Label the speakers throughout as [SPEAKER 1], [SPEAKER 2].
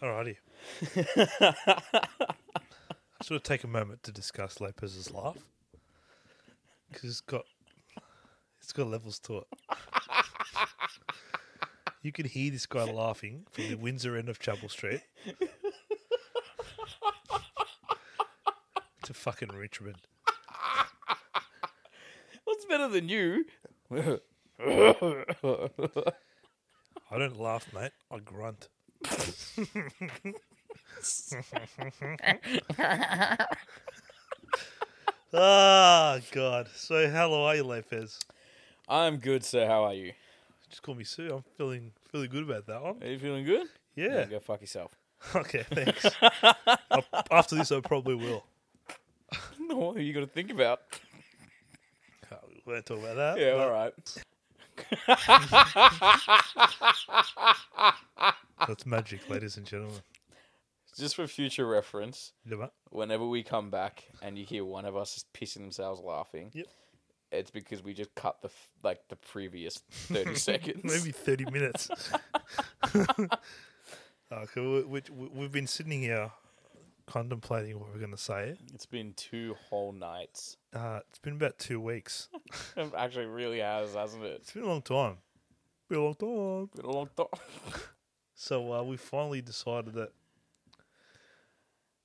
[SPEAKER 1] Alrighty. I sort of take a moment to discuss Lopez's laugh because it's got it's got levels to it. you can hear this guy laughing from the Windsor end of Chapel Street. it's a fucking Richmond.
[SPEAKER 2] What's better than you?
[SPEAKER 1] I don't laugh, mate. I grunt. Ah, God. So, how are you, Lopez?
[SPEAKER 2] I'm good, sir. How are you?
[SPEAKER 1] Just call me Sue. I'm feeling feeling good about that one.
[SPEAKER 2] Are you feeling good?
[SPEAKER 1] Yeah.
[SPEAKER 2] Go fuck yourself.
[SPEAKER 1] Okay. Thanks. I, after this, I probably will.
[SPEAKER 2] No, what have you got to think about?
[SPEAKER 1] Uh, We won't talk about that.
[SPEAKER 2] Yeah,
[SPEAKER 1] but
[SPEAKER 2] all right.
[SPEAKER 1] That's magic, ladies and gentlemen.
[SPEAKER 2] Just for future reference,
[SPEAKER 1] Yeah, but-
[SPEAKER 2] whenever we come back and you hear one of us is pissing themselves laughing,
[SPEAKER 1] Yep.
[SPEAKER 2] it's because we just cut the f- like the previous thirty seconds.
[SPEAKER 1] Maybe thirty minutes. okay, we, we, we- we've been sitting here contemplating what we're going to say.
[SPEAKER 2] It's been two whole nights.
[SPEAKER 1] Uh, it's been about two weeks.
[SPEAKER 2] It actually really has, hasn't it?
[SPEAKER 1] It's been a long time. Been a long time.
[SPEAKER 2] Been a long time.
[SPEAKER 1] So uh, we finally decided that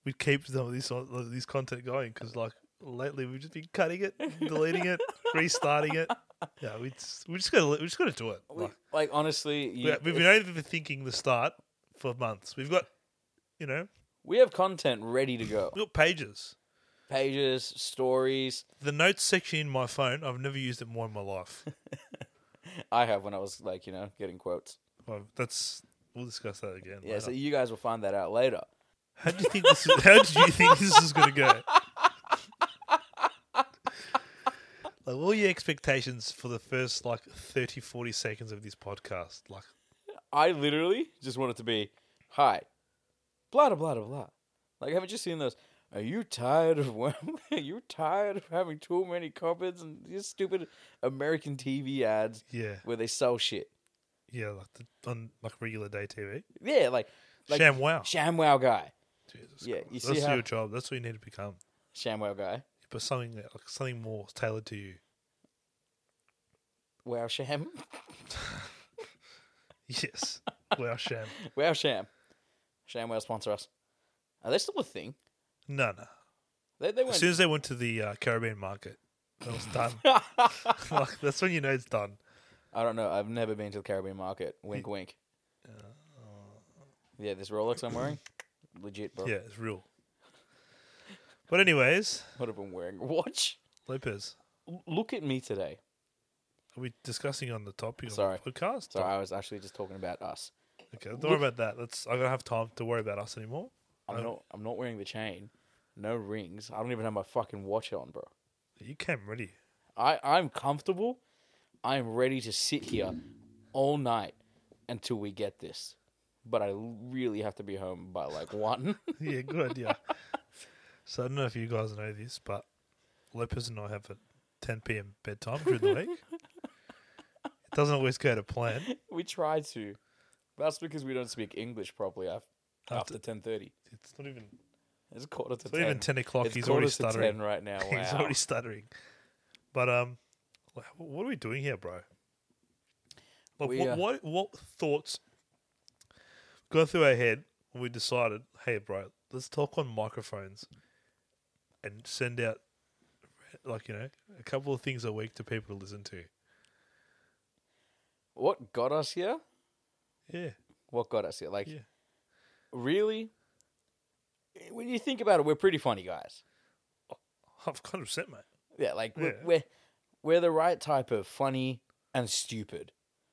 [SPEAKER 1] we'd keep some of this on, this content going because, like, lately we've just been cutting it, deleting it, restarting it. Yeah, we just, we just gotta we just gotta do it.
[SPEAKER 2] We-
[SPEAKER 1] Like,
[SPEAKER 2] like honestly, you,
[SPEAKER 1] we, we've been overthinking the start for months. We've got, you know,
[SPEAKER 2] we have content ready to go.
[SPEAKER 1] we've got pages.
[SPEAKER 2] Pages, stories.
[SPEAKER 1] The notes section in my phone, I've never used it more in my life.
[SPEAKER 2] I have when I was like, you know, getting quotes.
[SPEAKER 1] Well, that's we'll discuss that again.
[SPEAKER 2] Yeah, so
[SPEAKER 1] later.
[SPEAKER 2] you guys will find that out later.
[SPEAKER 1] How do you think this? Is, how did you think this is going to go? Like, what were your expectations for the first like 30, 40 seconds of this podcast? Like,
[SPEAKER 2] I literally just want it to be, hi, blah, blah, blah, blah, blah. Like, haven't you seen those? Are you tired of when? Are you tired of having too many cupboards and these stupid American TV ads
[SPEAKER 1] yeah,
[SPEAKER 2] where they sell shit?
[SPEAKER 1] yeah, like the, on like regular day TV.
[SPEAKER 2] Yeah, like, like
[SPEAKER 1] Sham wow.
[SPEAKER 2] ShamWow guy,
[SPEAKER 1] Jesus
[SPEAKER 2] yeah,
[SPEAKER 1] Christ.
[SPEAKER 2] you see
[SPEAKER 1] that's
[SPEAKER 2] how-
[SPEAKER 1] your job. That's what you need to become.
[SPEAKER 2] ShamWow guy,
[SPEAKER 1] But something that- like something more tailored to you.
[SPEAKER 2] Wow Sham,
[SPEAKER 1] Yes. wow, sham.
[SPEAKER 2] Wow Sham, ShamWow sponsor us. Are they still a thing?
[SPEAKER 1] No, no.
[SPEAKER 2] They they
[SPEAKER 1] As
[SPEAKER 2] went.
[SPEAKER 1] soon as they went to the uh, Caribbean market, that was done. like, that's when you know it's done.
[SPEAKER 2] I don't know. I've never been to the Caribbean market. Wink, wink. Uh, Yeah, this Rolex I'm wearing, legit, bro.
[SPEAKER 1] Yeah, it's real. But anyways,
[SPEAKER 2] What have I been wearing? a Watch.
[SPEAKER 1] Lopez,
[SPEAKER 2] L- Look at me today.
[SPEAKER 1] are we discussing on the topic
[SPEAKER 2] Sorry.
[SPEAKER 1] of the podcast?
[SPEAKER 2] So I was actually just talking about us.
[SPEAKER 1] Okay, don't worry about that. That's I don't have time to worry about us anymore.
[SPEAKER 2] I'm not. I'm not wearing the chain. No rings. I don't even have my fucking watch on, bro.
[SPEAKER 1] You came ready.
[SPEAKER 2] I I'm comfortable. I'm ready to sit here all night until we get this. But I really have to be home by like one.
[SPEAKER 1] yeah, good idea. So I don't know if you guys know this, but Lopez and I have a 10 p.m. bedtime during the week. It doesn't always go to plan.
[SPEAKER 2] we try to. That's because we don't speak English properly after after ten thirty.
[SPEAKER 1] It's not even
[SPEAKER 2] It's quarter to
[SPEAKER 1] it's not even 10 o'clock.
[SPEAKER 2] It's
[SPEAKER 1] He's
[SPEAKER 2] quarter
[SPEAKER 1] already
[SPEAKER 2] to ten
[SPEAKER 1] stuttering.
[SPEAKER 2] right now.
[SPEAKER 1] He's
[SPEAKER 2] Oh, wow.
[SPEAKER 1] already stuttering. But um, wha- what are we doing here, bro? Like,
[SPEAKER 2] We,
[SPEAKER 1] what,
[SPEAKER 2] uh,
[SPEAKER 1] what what thoughts go through our head when we decided, hey, bro, let's talk on microphones and send out like you know a couple of things a week to people to listen to.
[SPEAKER 2] What got us here?
[SPEAKER 1] Yeah,
[SPEAKER 2] What got us here? Like,
[SPEAKER 1] Yeah.
[SPEAKER 2] really? When you think about it, we're pretty funny guys.
[SPEAKER 1] I've kind of sent, mate.
[SPEAKER 2] Yeah, like we're,
[SPEAKER 1] Yeah.
[SPEAKER 2] we're we're the right type of funny and stupid.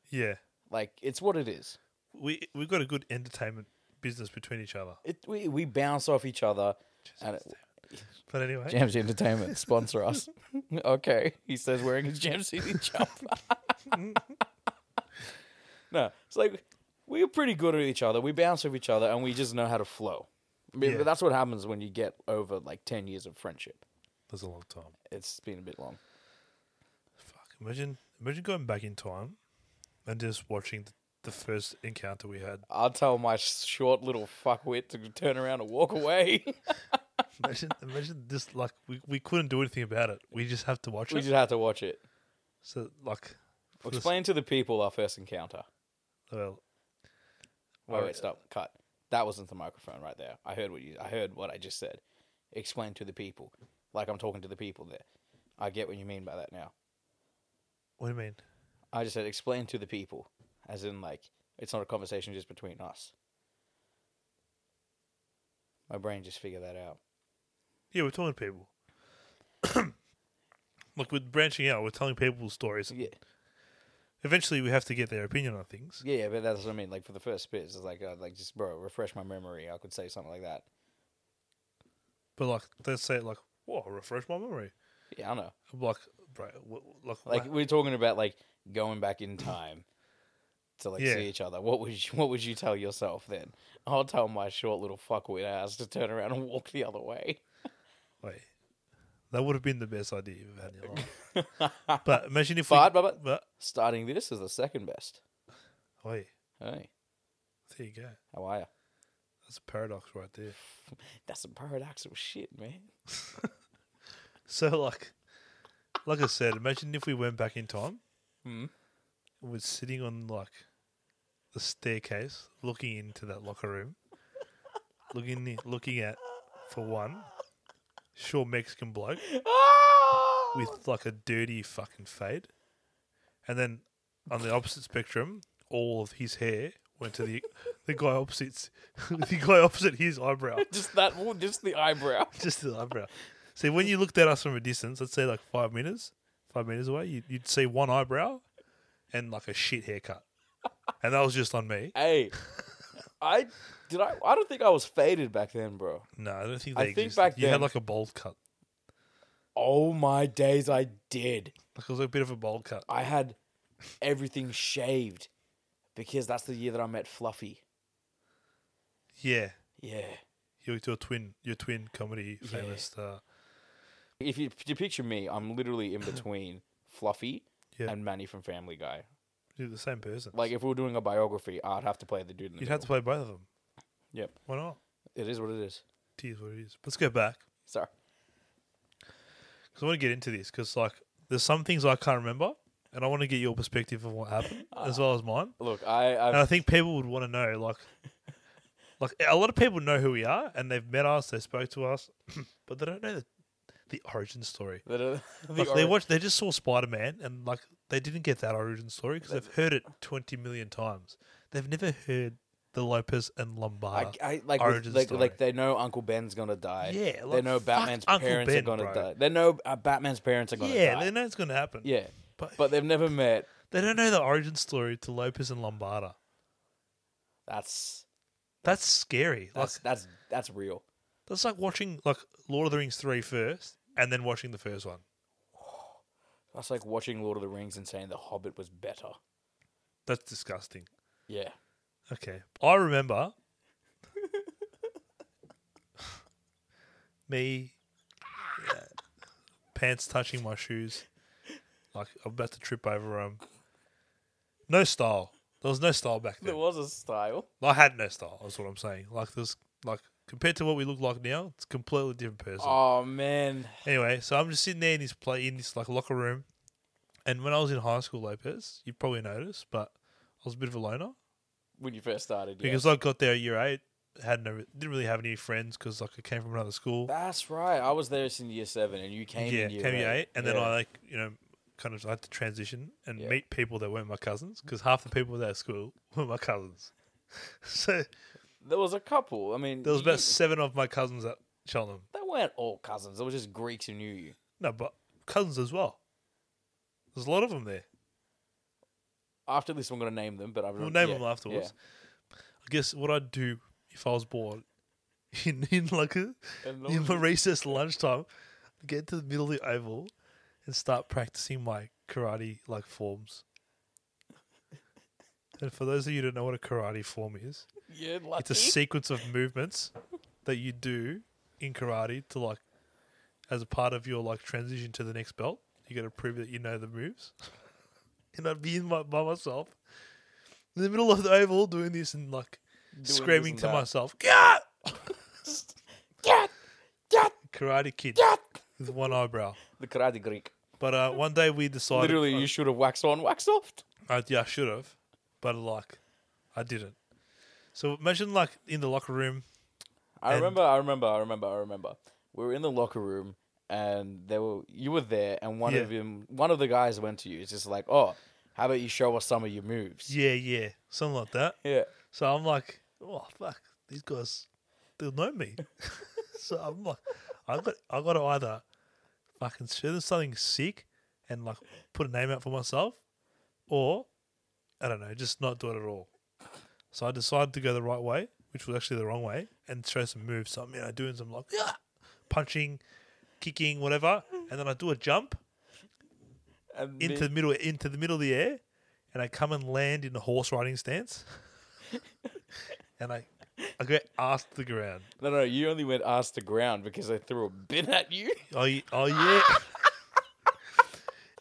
[SPEAKER 1] Yeah,
[SPEAKER 2] Like it's what it is.
[SPEAKER 1] we we've got a good entertainment business between each other.
[SPEAKER 2] It we we bounce off each other. And it,
[SPEAKER 1] But anyway,
[SPEAKER 2] Jams Entertainment sponsor us. okay, he says wearing his Jam City jumper. no, it's like we're pretty good at each other. We bounce off each other, and we just know how to flow. I mean,
[SPEAKER 1] Yeah.
[SPEAKER 2] that's what happens when you get over like ten years of friendship.
[SPEAKER 1] that's a long time.
[SPEAKER 2] It's been a bit long.
[SPEAKER 1] Fuck, imagine imagine going back in time and just watching the the first encounter we had.
[SPEAKER 2] I'll tell my short little fuckwit to turn around and walk away.
[SPEAKER 1] Imagine, imagine this. Like we, we couldn't do anything about it. We just have to watch
[SPEAKER 2] we
[SPEAKER 1] it.
[SPEAKER 2] just have to watch it.
[SPEAKER 1] so like, for the s-
[SPEAKER 2] Explain to the people our first encounter.
[SPEAKER 1] well,
[SPEAKER 2] Wait,
[SPEAKER 1] Alright.
[SPEAKER 2] wait, stop. Cut. That wasn't the microphone right there. I heard what you. I heard what I just said. Explain to the people, like I'm talking to the people there. I get what you mean by that now.
[SPEAKER 1] what do you mean?
[SPEAKER 2] I just said explain to the people, as in like it's not a conversation just between us. My brain just figured that out.
[SPEAKER 1] Yeah, we're talking to people. like we're branching out. We're telling people stories.
[SPEAKER 2] Yeah,
[SPEAKER 1] Eventually, we have to get their opinion on things.
[SPEAKER 2] yeah, yeah, but that's what I mean. Like for the first bit, it's like, uh, like just bro, refresh my memory. I could say something like that.
[SPEAKER 1] But like, let's say like, whoa, refresh my memory.
[SPEAKER 2] Yeah, I know.
[SPEAKER 1] I'm like, bro, what, like,
[SPEAKER 2] Like we're talking about like going back in time to like
[SPEAKER 1] Yeah.
[SPEAKER 2] see each other. What would you what would you tell yourself then? I'll tell my short little fuckwit ass to turn around and walk the other way.
[SPEAKER 1] wait, that would have been the best idea you've had in your life. but imagine if
[SPEAKER 2] But-
[SPEAKER 1] we,
[SPEAKER 2] but-
[SPEAKER 1] but
[SPEAKER 2] Starting this is the second best.
[SPEAKER 1] wait,
[SPEAKER 2] Hey,
[SPEAKER 1] there you go.
[SPEAKER 2] how are ya?
[SPEAKER 1] That's a paradox right there.
[SPEAKER 2] That's some paradoxical shit, man.
[SPEAKER 1] So like, like I said, imagine if we went back in time
[SPEAKER 2] Hmm.
[SPEAKER 1] and we're sitting on like the staircase, looking into that locker room, looking in- looking at for one, sure Mexican bloke
[SPEAKER 2] Ah!
[SPEAKER 1] with like a dirty fucking fade, and then on the opposite spectrum, all of his hair went to the the guy opposite the guy opposite his eyebrow,
[SPEAKER 2] just that, ooh, just the eyebrow.
[SPEAKER 1] just the eyebrow. See, when you looked at us from a distance, let's say like five meters, five meters away, you'd, you'd see one eyebrow and like a shit haircut, and that was just on me.
[SPEAKER 2] Hey, I did I. I don't think I was faded back then, bro.
[SPEAKER 1] No, I don't think
[SPEAKER 2] I
[SPEAKER 1] they
[SPEAKER 2] think
[SPEAKER 1] existed.
[SPEAKER 2] back
[SPEAKER 1] you
[SPEAKER 2] then-
[SPEAKER 1] had like a bold cut,
[SPEAKER 2] Oh my days, I did.
[SPEAKER 1] like it was a bit of a bold cut.
[SPEAKER 2] I had everything shaved because that's the year that I met Fluffy.
[SPEAKER 1] Yeah,
[SPEAKER 2] Yeah.
[SPEAKER 1] you do a twin, your twin comedy famous. Uh,
[SPEAKER 2] If you, if you picture me, I'm literally in between Fluffy
[SPEAKER 1] Yeah.
[SPEAKER 2] and Manny from Family Guy.
[SPEAKER 1] you're the same person.
[SPEAKER 2] Like if we were doing a biography, I'd have to play the dude in the
[SPEAKER 1] You'd have to play both of them.
[SPEAKER 2] Yep.
[SPEAKER 1] Why not?
[SPEAKER 2] It is what it is.
[SPEAKER 1] It is what it is. Let's go back
[SPEAKER 2] Sorry.
[SPEAKER 1] because I want to get into this because like there's some things I can't remember, and I want to get your perspective of what happened
[SPEAKER 2] Ah.
[SPEAKER 1] as well as mine.
[SPEAKER 2] Look, I
[SPEAKER 1] And I
[SPEAKER 2] I've,
[SPEAKER 1] think people would want to know like, like a lot of people know who we are and they've met us, they spoke to us, but they don't know the, the origin story.
[SPEAKER 2] the, the,
[SPEAKER 1] Like they
[SPEAKER 2] ori-
[SPEAKER 1] watched, they just saw Spider Man and like they didn't get that origin story because they've heard it twenty million times. They've never heard the Lopez and
[SPEAKER 2] I,
[SPEAKER 1] Lombard.
[SPEAKER 2] I like
[SPEAKER 1] origin
[SPEAKER 2] with, like
[SPEAKER 1] story.
[SPEAKER 2] like they know Uncle Ben's gonna die.
[SPEAKER 1] Yeah,
[SPEAKER 2] they
[SPEAKER 1] like,
[SPEAKER 2] know
[SPEAKER 1] fuck
[SPEAKER 2] Batman's
[SPEAKER 1] Uncle
[SPEAKER 2] parents
[SPEAKER 1] Ben,
[SPEAKER 2] are gonna
[SPEAKER 1] bro.
[SPEAKER 2] die. They know uh, Batman's parents are gonna
[SPEAKER 1] yeah,
[SPEAKER 2] die.
[SPEAKER 1] they know it's going to happen.
[SPEAKER 2] yeah,
[SPEAKER 1] but,
[SPEAKER 2] but they've never met.
[SPEAKER 1] they don't know the origin story to Lopez and Lombarda.
[SPEAKER 2] That's
[SPEAKER 1] That's scary. Like
[SPEAKER 2] that's that's that's real.
[SPEAKER 1] that's like watching like Lord of the Rings three first and then watching the first one.
[SPEAKER 2] That's like watching Lord of the Rings and saying The Hobbit was better.
[SPEAKER 1] That's disgusting.
[SPEAKER 2] Yeah.
[SPEAKER 1] Okay. I remember me uh, pants touching my shoes. Like I'm about to trip over them. No style. There was no style back
[SPEAKER 2] There
[SPEAKER 1] then.
[SPEAKER 2] was a style.
[SPEAKER 1] I had no style, that's what I'm saying. Like there's like compared to what we look like now, it's a completely different person.
[SPEAKER 2] Oh man.
[SPEAKER 1] Anyway, so I'm just sitting there in this play in this like locker room, and when I was in high school, Lopez, you probably noticed, but I was a bit of a loner
[SPEAKER 2] When you first started, yeah.
[SPEAKER 1] because I got there at year eight, had no didn't really have any friends because like I came from another school.
[SPEAKER 2] that's right. I was there in year seven and you came
[SPEAKER 1] yeah,
[SPEAKER 2] in year
[SPEAKER 1] came
[SPEAKER 2] eight.
[SPEAKER 1] year eight, and then
[SPEAKER 2] Yeah.
[SPEAKER 1] I like you know kind of I had to transition and
[SPEAKER 2] Yeah.
[SPEAKER 1] meet people that weren't my cousins because half the people at that school were my cousins. so
[SPEAKER 2] There was a couple. I mean
[SPEAKER 1] there was
[SPEAKER 2] you-
[SPEAKER 1] about seven of my cousins at Cheltenham.
[SPEAKER 2] They weren't all cousins. It was just Greeks who knew you.
[SPEAKER 1] No, but cousins as well. There's a lot of them there.
[SPEAKER 2] After this, I'm going to name them, but I
[SPEAKER 1] We'll
[SPEAKER 2] don't-
[SPEAKER 1] name
[SPEAKER 2] Mm, yeah,
[SPEAKER 1] them afterwards. I guess what I'd do if I was bored in, in like a,
[SPEAKER 2] yeah. And
[SPEAKER 1] in my
[SPEAKER 2] those-
[SPEAKER 1] recess lunchtime, I'd get to the middle of the oval and start practicing my karate like forms. And for those of you who don't know what a karate form is,
[SPEAKER 2] yeah, lucky.
[SPEAKER 1] it's a sequence of movements that you do in karate to like as a part of your like transition to the next belt. You got to prove that you know the moves. and I'd be in my, by myself, in the middle of the oval doing this and like
[SPEAKER 2] doing this
[SPEAKER 1] screaming
[SPEAKER 2] and
[SPEAKER 1] to
[SPEAKER 2] that.
[SPEAKER 1] myself, "Gah!"
[SPEAKER 2] Yat! Yat!
[SPEAKER 1] Karate Kid
[SPEAKER 2] Yat!
[SPEAKER 1] with one eyebrow.
[SPEAKER 2] The karate Greek.
[SPEAKER 1] But uh, one day we decided. uh,
[SPEAKER 2] Literally, you should have waxed on, waxed off.
[SPEAKER 1] I, yeah, I should have, but like, I didn't. So imagine like in the locker room.
[SPEAKER 2] I
[SPEAKER 1] And-
[SPEAKER 2] remember, I remember, I remember, I remember. We were in the locker room, and they were you were there, and one
[SPEAKER 1] Yeah.
[SPEAKER 2] of him, one of the guys went to you. It's just like, oh, how about you show us some of your moves?
[SPEAKER 1] Yeah, yeah, something like that.
[SPEAKER 2] Yeah,
[SPEAKER 1] So I'm like, oh fuck, these guys, they'll know me. so I'm like, I got, I got to either fucking show them something sick and like put a name out for myself, or I don't know, just not do it at all. So I decided to go the right way, which was actually the wrong way, and show some moves. So I'm you know doing some like "Ah!" punching, kicking, whatever, and then I do a jump
[SPEAKER 2] and
[SPEAKER 1] into the middle into the middle of the air, and I come and land in a horse riding stance, and I I go ass to the ground.
[SPEAKER 2] no, no, you only went ass to ground because I threw a bin at you.
[SPEAKER 1] Oh, y- oh yeah.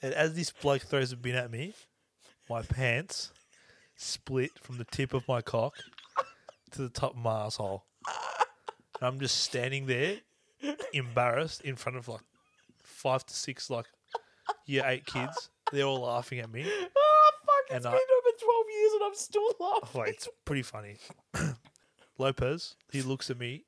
[SPEAKER 1] and as this bloke throws a bin at me, my pants split from the tip of my cock to the top of my asshole. And I'm just standing there, embarrassed, in front of like five to six like year eight kids. They're all laughing at me.
[SPEAKER 2] Oh fuck! It's
[SPEAKER 1] And I-
[SPEAKER 2] been over twelve years, and I'm still laughing.
[SPEAKER 1] Oh, Wait, it's pretty funny. Lopez, he looks at me.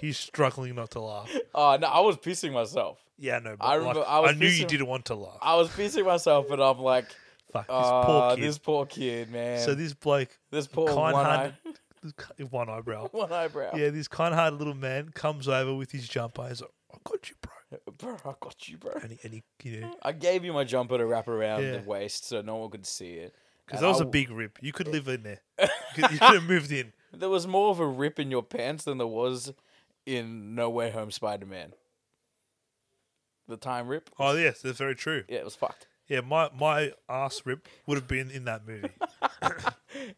[SPEAKER 1] He's struggling not to laugh.
[SPEAKER 2] Oh no, I was pissing myself.
[SPEAKER 1] Yeah, no, but
[SPEAKER 2] I
[SPEAKER 1] I,
[SPEAKER 2] remember-
[SPEAKER 1] like,
[SPEAKER 2] I
[SPEAKER 1] I,
[SPEAKER 2] was
[SPEAKER 1] knew you
[SPEAKER 2] pissing-
[SPEAKER 1] didn't want to laugh.
[SPEAKER 2] I was pissing myself, and I'm like,
[SPEAKER 1] Fuck, this
[SPEAKER 2] oh,
[SPEAKER 1] poor kid.
[SPEAKER 2] this poor kid, man.
[SPEAKER 1] so this bloke,
[SPEAKER 2] this poor one eye,
[SPEAKER 1] kind-hearted, this ki- one eyebrow.
[SPEAKER 2] one eyebrow.
[SPEAKER 1] Yeah, this kind-hearted little man comes over with his jumper. He's like, "I got you, bro,"
[SPEAKER 2] bro, I got you, bro.
[SPEAKER 1] and he, and he you know,
[SPEAKER 2] I gave you my jumper to wrap around
[SPEAKER 1] Yeah.
[SPEAKER 2] the waist so no one could see it.
[SPEAKER 1] because
[SPEAKER 2] And
[SPEAKER 1] that was
[SPEAKER 2] I
[SPEAKER 1] a
[SPEAKER 2] w-
[SPEAKER 1] big rip. You could live in there. You could, you could have moved in.
[SPEAKER 2] There was more of a rip in your pants than there was in No Way Home Spider Man. The time rip.
[SPEAKER 1] Oh yes, that's very true.
[SPEAKER 2] Yeah, it was fucked.
[SPEAKER 1] Yeah, my my ass rip would have been in that movie.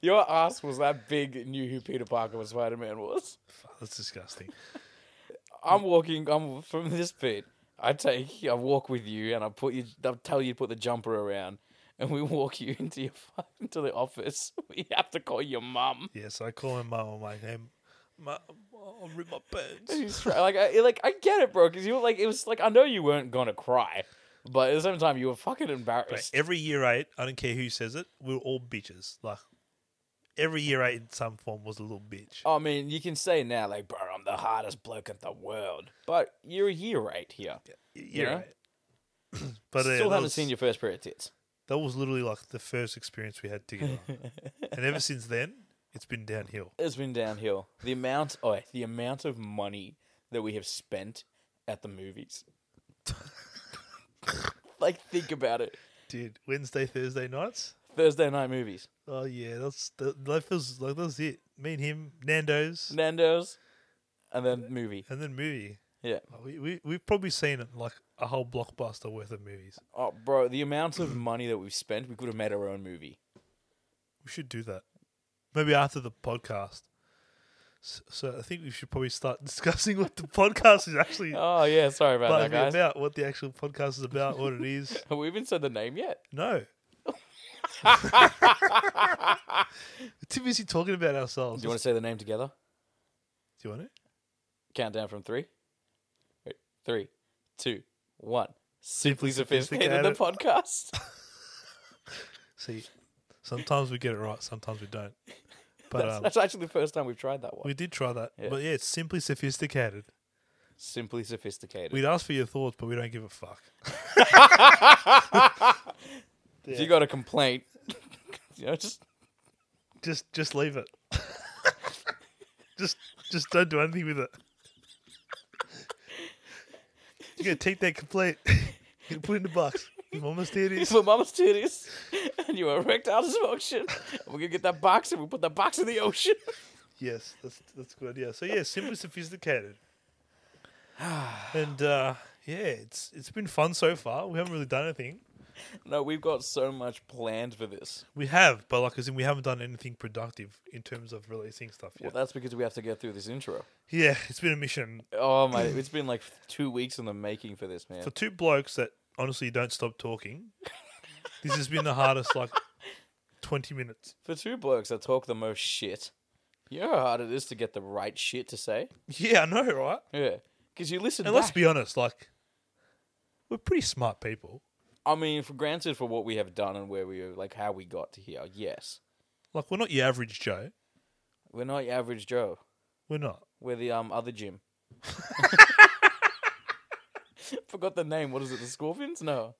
[SPEAKER 2] Your ass was that big. it Knew who Peter Parker was Spider Man was.
[SPEAKER 1] Fuck, that's disgusting.
[SPEAKER 2] I'm walking. I'm from this bit. I take. I walk with you, and I put you. I tell you to put the jumper around, and we walk you into your fu- into the office. We have to call your mum.
[SPEAKER 1] Yeah, so I call him mum. I'm like, "Hey, mum, I'll rip my pants."
[SPEAKER 2] He's try- like, I, like I get it, bro. Because you were like, it was like I know you weren't gonna cry, but at the same time, you were fucking
[SPEAKER 1] But
[SPEAKER 2] embarrassed.
[SPEAKER 1] every year eight, I don't care who says it, we we're all bitches. Like every year eight in some form was a little bitch.
[SPEAKER 2] I mean, you can say now, like, bro, I'm the hardest bloke in the world, but you're a year eight here.
[SPEAKER 1] Year
[SPEAKER 2] yeah.
[SPEAKER 1] eight. but uh,
[SPEAKER 2] Still
[SPEAKER 1] that,
[SPEAKER 2] haven't
[SPEAKER 1] was,
[SPEAKER 2] seen your first pair of tits.
[SPEAKER 1] that was literally like the first experience we had together, and ever since then, it's been downhill.
[SPEAKER 2] It's been downhill. The amount, oh, the amount of money that we have spent at the movies. like, think about it.
[SPEAKER 1] Dude, Wednesday, Thursday nights.
[SPEAKER 2] Thursday night movies,
[SPEAKER 1] Oh yeah, that's that, that feels like that's it. Me and him, Nando's,
[SPEAKER 2] Nando's, and then movie.
[SPEAKER 1] and then movie.
[SPEAKER 2] Yeah.
[SPEAKER 1] We, we we've probably seen like a whole blockbuster worth of movies.
[SPEAKER 2] Oh, bro, the amount of money that we've spent, we could have made our own movie.
[SPEAKER 1] We should do that. Maybe after the podcast. So, so I think we should probably start discussing what the podcast is actually
[SPEAKER 2] Oh yeah, sorry about
[SPEAKER 1] like,
[SPEAKER 2] that, guys.
[SPEAKER 1] about, what the actual podcast is about, what it is.
[SPEAKER 2] Have we even said the name yet?
[SPEAKER 1] No. We're too busy talking about ourselves.
[SPEAKER 2] Do you want to say the name together?
[SPEAKER 1] Do you want it?
[SPEAKER 2] Countdown from three. Wait, three, two, one. Simply sophisticated the
[SPEAKER 1] sophisticated.
[SPEAKER 2] podcast.
[SPEAKER 1] See, sometimes we get it right, sometimes we don't. But
[SPEAKER 2] That's,
[SPEAKER 1] um,
[SPEAKER 2] that's actually the first time we've tried that one.
[SPEAKER 1] we did try that.
[SPEAKER 2] Yeah.
[SPEAKER 1] But yeah, it's simply sophisticated.
[SPEAKER 2] Simply sophisticated.
[SPEAKER 1] We'd ask for your thoughts, but we don't give a fuck.
[SPEAKER 2] If you got a complaint, you know, just
[SPEAKER 1] Just just leave it. just just don't do anything with it. You're gonna take that complaint. You're gonna put it in the box. Your mama's
[SPEAKER 2] use
[SPEAKER 1] titties.
[SPEAKER 2] for mama's titties and you erectile dysfunction. We're gonna get that box and we put that box in the ocean.
[SPEAKER 1] Yes, that's that's a good idea. So yeah, simply sophisticated. And uh yeah, it's it's been fun so far. We haven't really done anything.
[SPEAKER 2] No, we've got so much planned for this.
[SPEAKER 1] We have, but like as in we haven't done anything productive in terms of releasing stuff
[SPEAKER 2] Well,
[SPEAKER 1] yet.
[SPEAKER 2] that's because we have to get through this intro.
[SPEAKER 1] yeah, it's been a mission.
[SPEAKER 2] Oh my! It's been like two weeks in the making for this man.
[SPEAKER 1] for two blokes that honestly don't stop talking, this has been the hardest like twenty minutes.
[SPEAKER 2] For two blokes that talk the most shit, you know how hard it is to get the right shit to say?
[SPEAKER 1] Yeah, I know, right?
[SPEAKER 2] Yeah. Because you listen
[SPEAKER 1] And let's
[SPEAKER 2] back.
[SPEAKER 1] be honest, like we're pretty smart people.
[SPEAKER 2] I mean, for granted for what we have done and where we are, like how we got to here, yes.
[SPEAKER 1] Like we're not your average Joe.
[SPEAKER 2] We're not your average Joe.
[SPEAKER 1] We're not.
[SPEAKER 2] We're the um other Jim. Forgot the name. What is it? The Scorpions? No.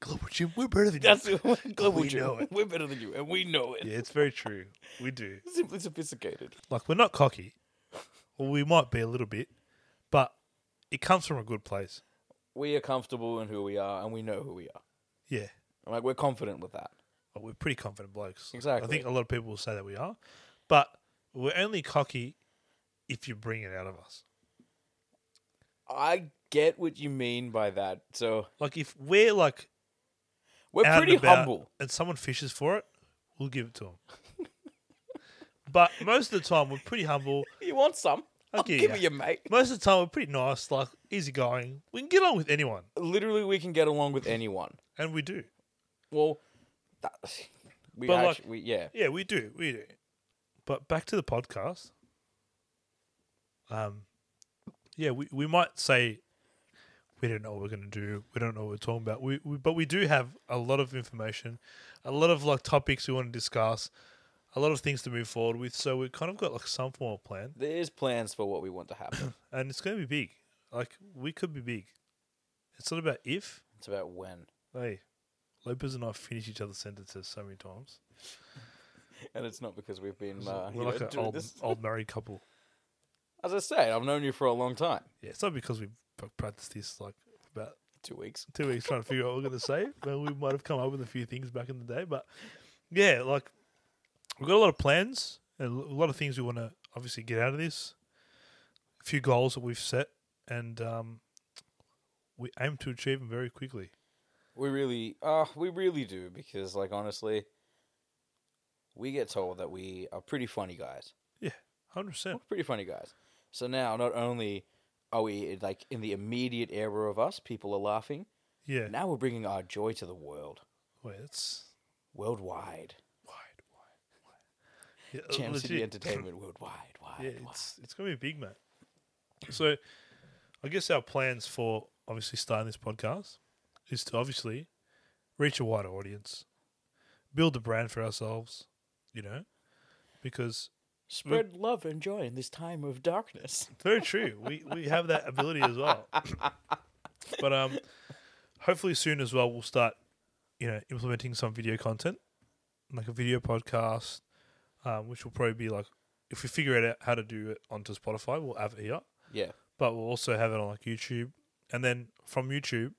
[SPEAKER 1] Global Jim, we're better than
[SPEAKER 2] That's
[SPEAKER 1] you.
[SPEAKER 2] Global
[SPEAKER 1] We
[SPEAKER 2] Jim.
[SPEAKER 1] know it.
[SPEAKER 2] We're better than you, and we know it.
[SPEAKER 1] Yeah, it's very true. We do.
[SPEAKER 2] Simply sophisticated.
[SPEAKER 1] Like we're not cocky. Well, we might be a little bit, but it comes from a good place.
[SPEAKER 2] We are comfortable in who we are, and we know who we are.
[SPEAKER 1] Yeah.
[SPEAKER 2] And, Like we're confident with that.
[SPEAKER 1] Well, we're pretty confident blokes. I
[SPEAKER 2] Exactly.
[SPEAKER 1] think a lot of people will say that we are, but we're only cocky if you bring it out of us.
[SPEAKER 2] I get what you mean by that. So
[SPEAKER 1] Like if we're like
[SPEAKER 2] we're
[SPEAKER 1] out and
[SPEAKER 2] pretty
[SPEAKER 1] about
[SPEAKER 2] humble.
[SPEAKER 1] and someone fishes for it, we'll give it to them. but most of the time, we're pretty humble.
[SPEAKER 2] You want some? I'll
[SPEAKER 1] Okay,
[SPEAKER 2] give
[SPEAKER 1] yeah.
[SPEAKER 2] it you, mate.
[SPEAKER 1] Most of the time, we're pretty nice, like easygoing. We can get on with anyone,
[SPEAKER 2] Literally, we can get along with anyone.
[SPEAKER 1] and we do.
[SPEAKER 2] Well, that, we
[SPEAKER 1] But, like-
[SPEAKER 2] actually, we, yeah.
[SPEAKER 1] Yeah, we do. We do. But back to the podcast. Um, yeah, we, we might say we don't know what we're going to do. We don't know what we're talking about. We, we but we do have a lot of information, a lot of like topics we want to discuss, a lot of things to move forward with. So we've kind of got like some form of plan,
[SPEAKER 2] There's plans for what we want to happen.
[SPEAKER 1] and it's going to be big. Like we could be big. It's not about if.
[SPEAKER 2] it's about when.
[SPEAKER 1] Hey, Lopez and I finish each other's sentences so many times.
[SPEAKER 2] And it's not because we've been uh, you
[SPEAKER 1] We're
[SPEAKER 2] know,
[SPEAKER 1] like an
[SPEAKER 2] doing
[SPEAKER 1] old,
[SPEAKER 2] this.
[SPEAKER 1] old married couple.
[SPEAKER 2] As I said, I've known you for a long time.
[SPEAKER 1] Yeah, it's not because we've pra- practiced this like for about
[SPEAKER 2] Two weeks.
[SPEAKER 1] two weeks trying to figure out what we're going to say. Well, we might have come up with a few things back in the day, but yeah, like we've got a lot of plans and a lot of things we want to obviously get out of this. A few goals that we've set, and um, we aim to achieve them very quickly.
[SPEAKER 2] We really, uh, we really do because, like, honestly, we get told that we are pretty funny guys.
[SPEAKER 1] Hundred percent.
[SPEAKER 2] We're pretty funny guys. So now, not only are we like in the immediate era of us, people are laughing.
[SPEAKER 1] Yeah.
[SPEAKER 2] Now we're bringing our joy to the world,
[SPEAKER 1] Wait, it's
[SPEAKER 2] worldwide.
[SPEAKER 1] wide, wide, wide. Yeah,
[SPEAKER 2] Jam
[SPEAKER 1] Oh,
[SPEAKER 2] City
[SPEAKER 1] legit.
[SPEAKER 2] Entertainment, worldwide, wide,
[SPEAKER 1] Yeah,
[SPEAKER 2] wide.
[SPEAKER 1] it's it's gonna be big, mate. So, I guess our plans for obviously starting this podcast is to obviously reach a wider audience, build a brand for ourselves, you know, because
[SPEAKER 2] Spread love and joy in this time of darkness.
[SPEAKER 1] very true. we we have that ability as well. but um, hopefully soon as well we'll start, you know, implementing some video content, like a video podcast, um, which will probably be like if we figure it out how to do it onto Spotify, we'll have it here.
[SPEAKER 2] Yeah,
[SPEAKER 1] but we'll also have it on like YouTube, and then from YouTube,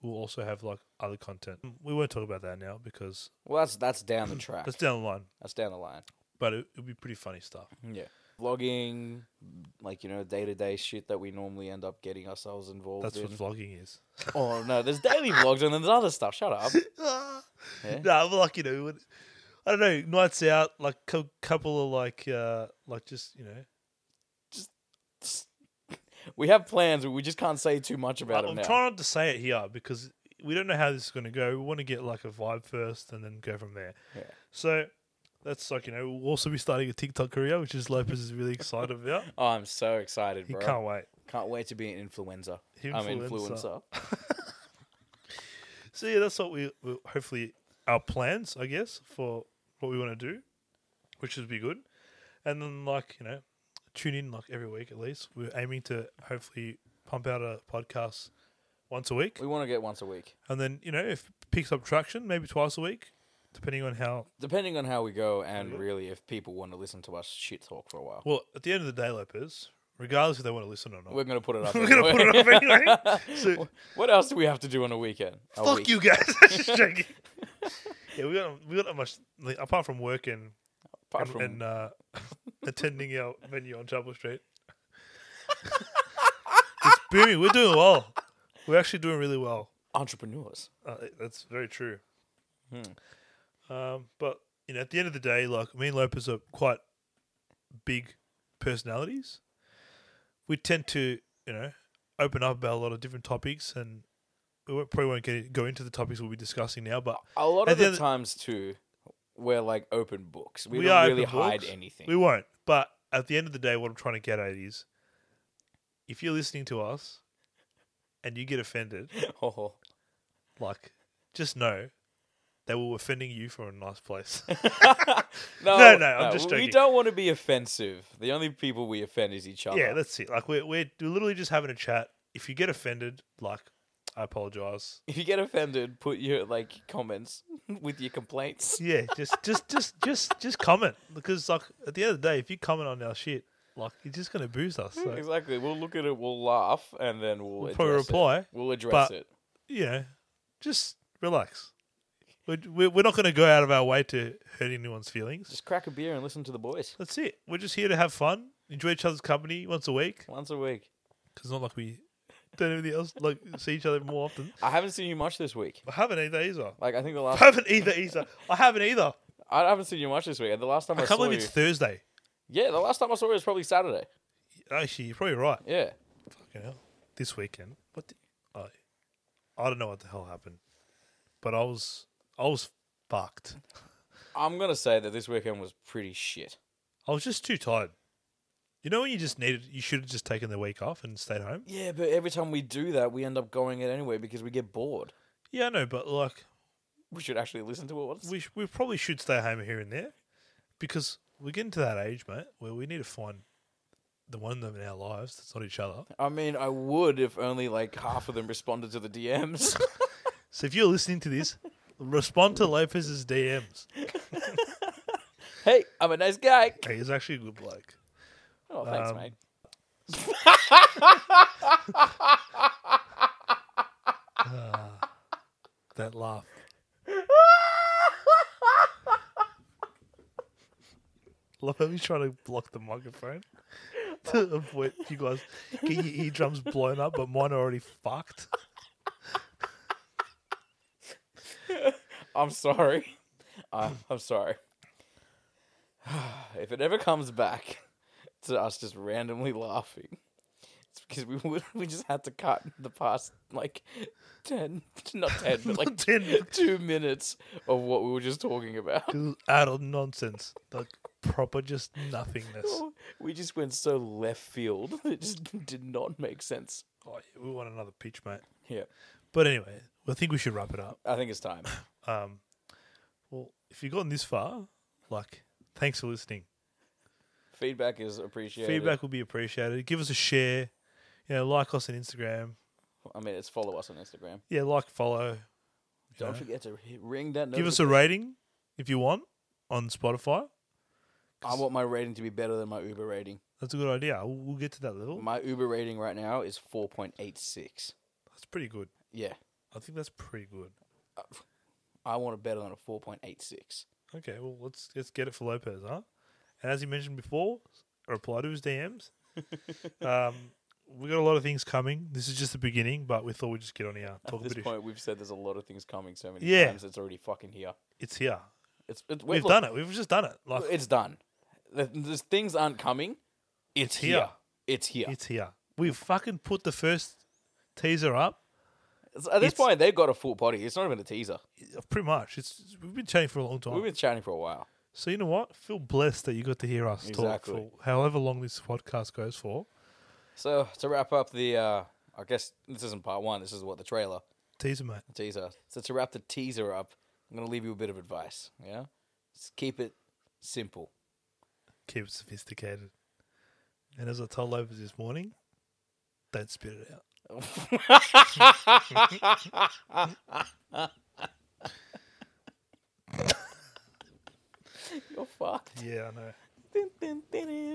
[SPEAKER 1] we'll also have like other content. Um, We won't talk about that now because
[SPEAKER 2] well, that's that's down the track.
[SPEAKER 1] that's down the line,
[SPEAKER 2] that's down the line.
[SPEAKER 1] but it, it'll be pretty funny stuff.
[SPEAKER 2] Yeah. Vlogging, like, you know, day to day shit that we normally end up getting ourselves involved
[SPEAKER 1] That's
[SPEAKER 2] in.
[SPEAKER 1] what vlogging is.
[SPEAKER 2] oh, no, there's daily vlogs and then there's other stuff. Shut up.
[SPEAKER 1] no,
[SPEAKER 2] Yeah.
[SPEAKER 1] Ah. nah, but, like you know, when- I don't know. Nights out, like a couple of like, uh like just you know,
[SPEAKER 2] We have plans, but we just can't say too much about them
[SPEAKER 1] I'm
[SPEAKER 2] now.
[SPEAKER 1] trying not to say it here because we don't know how this is going to go. We want to get like a vibe first and then go from there.
[SPEAKER 2] Yeah.
[SPEAKER 1] So. That's like, you know, we'll also be starting a TikTok career, which is Lopez is really excited about.
[SPEAKER 2] Oh, I'm so excited,
[SPEAKER 1] He
[SPEAKER 2] bro.
[SPEAKER 1] can't wait.
[SPEAKER 2] Can't wait to be an influencer. I'm
[SPEAKER 1] Influencer.
[SPEAKER 2] influencer.
[SPEAKER 1] So yeah, that's what we we- hopefully our plans, I guess, for what we want to do, which would be good. And then like you know, tune in like every week at least. We're aiming to hopefully pump out a podcast once a week,
[SPEAKER 2] We want to get once a week.
[SPEAKER 1] and then you know if it picks up traction, maybe twice a week, depending on how.
[SPEAKER 2] Depending on how we go and
[SPEAKER 1] Yeah.
[SPEAKER 2] really if people want to listen to us shit talk for a while.
[SPEAKER 1] Well, at the end of the day, Lopez, regardless if they want to listen or not,
[SPEAKER 2] We're
[SPEAKER 1] we're,
[SPEAKER 2] going to put it up.
[SPEAKER 1] gonna put it up anyway.
[SPEAKER 2] anyway.
[SPEAKER 1] So-
[SPEAKER 2] what else do we have to do on a weekend? A
[SPEAKER 1] Fuck
[SPEAKER 2] week.
[SPEAKER 1] you guys. Just joking. yeah, we got we got not much like, apart from work and
[SPEAKER 2] Apart
[SPEAKER 1] and,
[SPEAKER 2] from
[SPEAKER 1] and, uh, attending our venue on Chapel Street. it's booming. We're doing well. We're actually doing really well.
[SPEAKER 2] entrepreneurs.
[SPEAKER 1] Uh, that's very true. Um, but you know, at the end of the day, like me and Lopez are quite big personalities. We tend to, you know, open up about a lot of different topics and we won't- probably won't get it, go into the topics we'll be discussing now, but
[SPEAKER 2] A lot
[SPEAKER 1] At
[SPEAKER 2] of
[SPEAKER 1] the
[SPEAKER 2] the,
[SPEAKER 1] other-
[SPEAKER 2] times too, we're like open books. We,
[SPEAKER 1] We
[SPEAKER 2] don't
[SPEAKER 1] are
[SPEAKER 2] really
[SPEAKER 1] open
[SPEAKER 2] hide
[SPEAKER 1] books.
[SPEAKER 2] anything.
[SPEAKER 1] we won't. But at the end of the day, what I'm trying to get at is, if you're listening to us, and you get offended,
[SPEAKER 2] oh.
[SPEAKER 1] like, just know that we're offending you from a nice place.
[SPEAKER 2] no,
[SPEAKER 1] No, no, I'm just
[SPEAKER 2] We
[SPEAKER 1] joking.
[SPEAKER 2] don't want to be offensive. The only people we offend is each other.
[SPEAKER 1] yeah, that's it. Like we're we're literally just having a chat. If you get offended, like, I apologize.
[SPEAKER 2] if you get offended, put your like comments with your complaints.
[SPEAKER 1] Yeah, just just just just just comment because like at the end of the day, if you comment on our shit, like you're just gonna boost us. So
[SPEAKER 2] Exactly. We'll look at it. We'll laugh, and then we'll,
[SPEAKER 1] We'll
[SPEAKER 2] address
[SPEAKER 1] probably reply.
[SPEAKER 2] It. We'll address
[SPEAKER 1] but-
[SPEAKER 2] it.
[SPEAKER 1] you know, just relax. We're we're we're not gonna go out of our way to hurt anyone's feelings.
[SPEAKER 2] Just crack a beer and listen to the boys
[SPEAKER 1] That's it. We're just here to have fun, enjoy each other's company once a week.
[SPEAKER 2] once a week.
[SPEAKER 1] Because not like we don't anything else like see each other more often.
[SPEAKER 2] I haven't seen you much this week.
[SPEAKER 1] I haven't either either.
[SPEAKER 2] Like I think the
[SPEAKER 1] I
[SPEAKER 2] last
[SPEAKER 1] haven't either either. I haven't either.
[SPEAKER 2] I haven't seen you much this week. The last time I,
[SPEAKER 1] I can't
[SPEAKER 2] saw
[SPEAKER 1] believe
[SPEAKER 2] you,
[SPEAKER 1] it's Thursday.
[SPEAKER 2] yeah, the last time I saw you was probably Saturday.
[SPEAKER 1] Actually, you're probably right.
[SPEAKER 2] Yeah.
[SPEAKER 1] Fucking hell. This weekend. What the, I I don't know what the hell happened. But I was I was fucked.
[SPEAKER 2] I'm gonna say that this weekend was pretty shit.
[SPEAKER 1] I was just too tired. You know when you just needed you should have just taken the week off and stayed home?
[SPEAKER 2] Yeah, but every time we do that, we end up going it anyway because we get bored.
[SPEAKER 1] Yeah, I know, but like
[SPEAKER 2] We should actually listen to it once.
[SPEAKER 1] we sh- we probably should stay home here and there because we're getting to that age, mate, where we need to find the one of them in our lives that's not each other.
[SPEAKER 2] I mean, I would if only like half of them responded to the DMs.
[SPEAKER 1] So if you're listening to this, respond to Lopez's DMs.
[SPEAKER 2] hey, I'm a nice guy.
[SPEAKER 1] Hey, he's actually a good bloke.
[SPEAKER 2] Oh, thanks,
[SPEAKER 1] Um,
[SPEAKER 2] mate.
[SPEAKER 1] That laugh. Love how he's trying to block the microphone to avoid you guys get your eardrums blown up, but mine are already fucked.
[SPEAKER 2] I'm sorry. I, I'm sorry. if it ever comes back to us just randomly laughing, it's because we would, we just had to cut the past like ten, not ten, but like
[SPEAKER 1] Ten
[SPEAKER 2] two minutes of what we were just talking about.
[SPEAKER 1] adult nonsense, like proper just nothingness. Oh,
[SPEAKER 2] We just went so left field. It just did not make sense.
[SPEAKER 1] Oh, yeah, we want another pitch, mate.
[SPEAKER 2] Yeah,
[SPEAKER 1] But anyway, I think we should wrap it up.
[SPEAKER 2] I think it's time.
[SPEAKER 1] Um, well, if you've gotten this far, like, thanks for listening.
[SPEAKER 2] Feedback is appreciated.
[SPEAKER 1] Feedback will be appreciated. Give us a share. You know, like us on Instagram.
[SPEAKER 2] I mean, it's follow us on Instagram.
[SPEAKER 1] Yeah, like, follow.
[SPEAKER 2] Don't
[SPEAKER 1] Yeah.
[SPEAKER 2] forget to hit, ring that.
[SPEAKER 1] Give us a rating if you want on Spotify.
[SPEAKER 2] I want my rating to be better than my Uber rating.
[SPEAKER 1] That's a good idea. We'll, we'll get to that level.
[SPEAKER 2] My Uber rating right now is 4.86.
[SPEAKER 1] That's pretty good.
[SPEAKER 2] Yeah.
[SPEAKER 1] I think that's pretty good.
[SPEAKER 2] I want it better than a 4.86.
[SPEAKER 1] Okay, well let's let's get it for Lopez, huh? And as you mentioned before, reply to his DMs. um, we got a lot of things coming. This is just the beginning, but we thought we'd just get on here,
[SPEAKER 2] At
[SPEAKER 1] talk a
[SPEAKER 2] this
[SPEAKER 1] bit. Of, sh-
[SPEAKER 2] point, we've said there's a lot of things coming so many
[SPEAKER 1] Yeah.
[SPEAKER 2] times. It's already fucking here.
[SPEAKER 1] it's here.
[SPEAKER 2] It's, it's
[SPEAKER 1] We've done it. We've just done it. Like
[SPEAKER 2] It's done. The, the things aren't coming. It's here.
[SPEAKER 1] here.
[SPEAKER 2] It's here.
[SPEAKER 1] it's here. We've fucking put the first teaser up.
[SPEAKER 2] It's- At this
[SPEAKER 1] it's-
[SPEAKER 2] point, they've got a full body. It's not even a teaser.
[SPEAKER 1] Pretty much. It's we've been chatting for a long time.
[SPEAKER 2] We've been chatting for a while.
[SPEAKER 1] So you know what? Feel blessed that you got to hear us
[SPEAKER 2] Exactly.
[SPEAKER 1] talk for however long this podcast goes for.
[SPEAKER 2] So to wrap up the, uh, I guess this isn't part one. This is what the trailer
[SPEAKER 1] Teaser, mate.
[SPEAKER 2] the teaser. So to wrap the teaser up, I'm gonna leave you a bit of advice. Yeah, just keep it simple.
[SPEAKER 1] Keep it sophisticated. And as I told Lopez this morning, don't spit it out.
[SPEAKER 2] You're fucked.
[SPEAKER 1] Yeah, I know.
[SPEAKER 2] Dun, dun, dun, dun.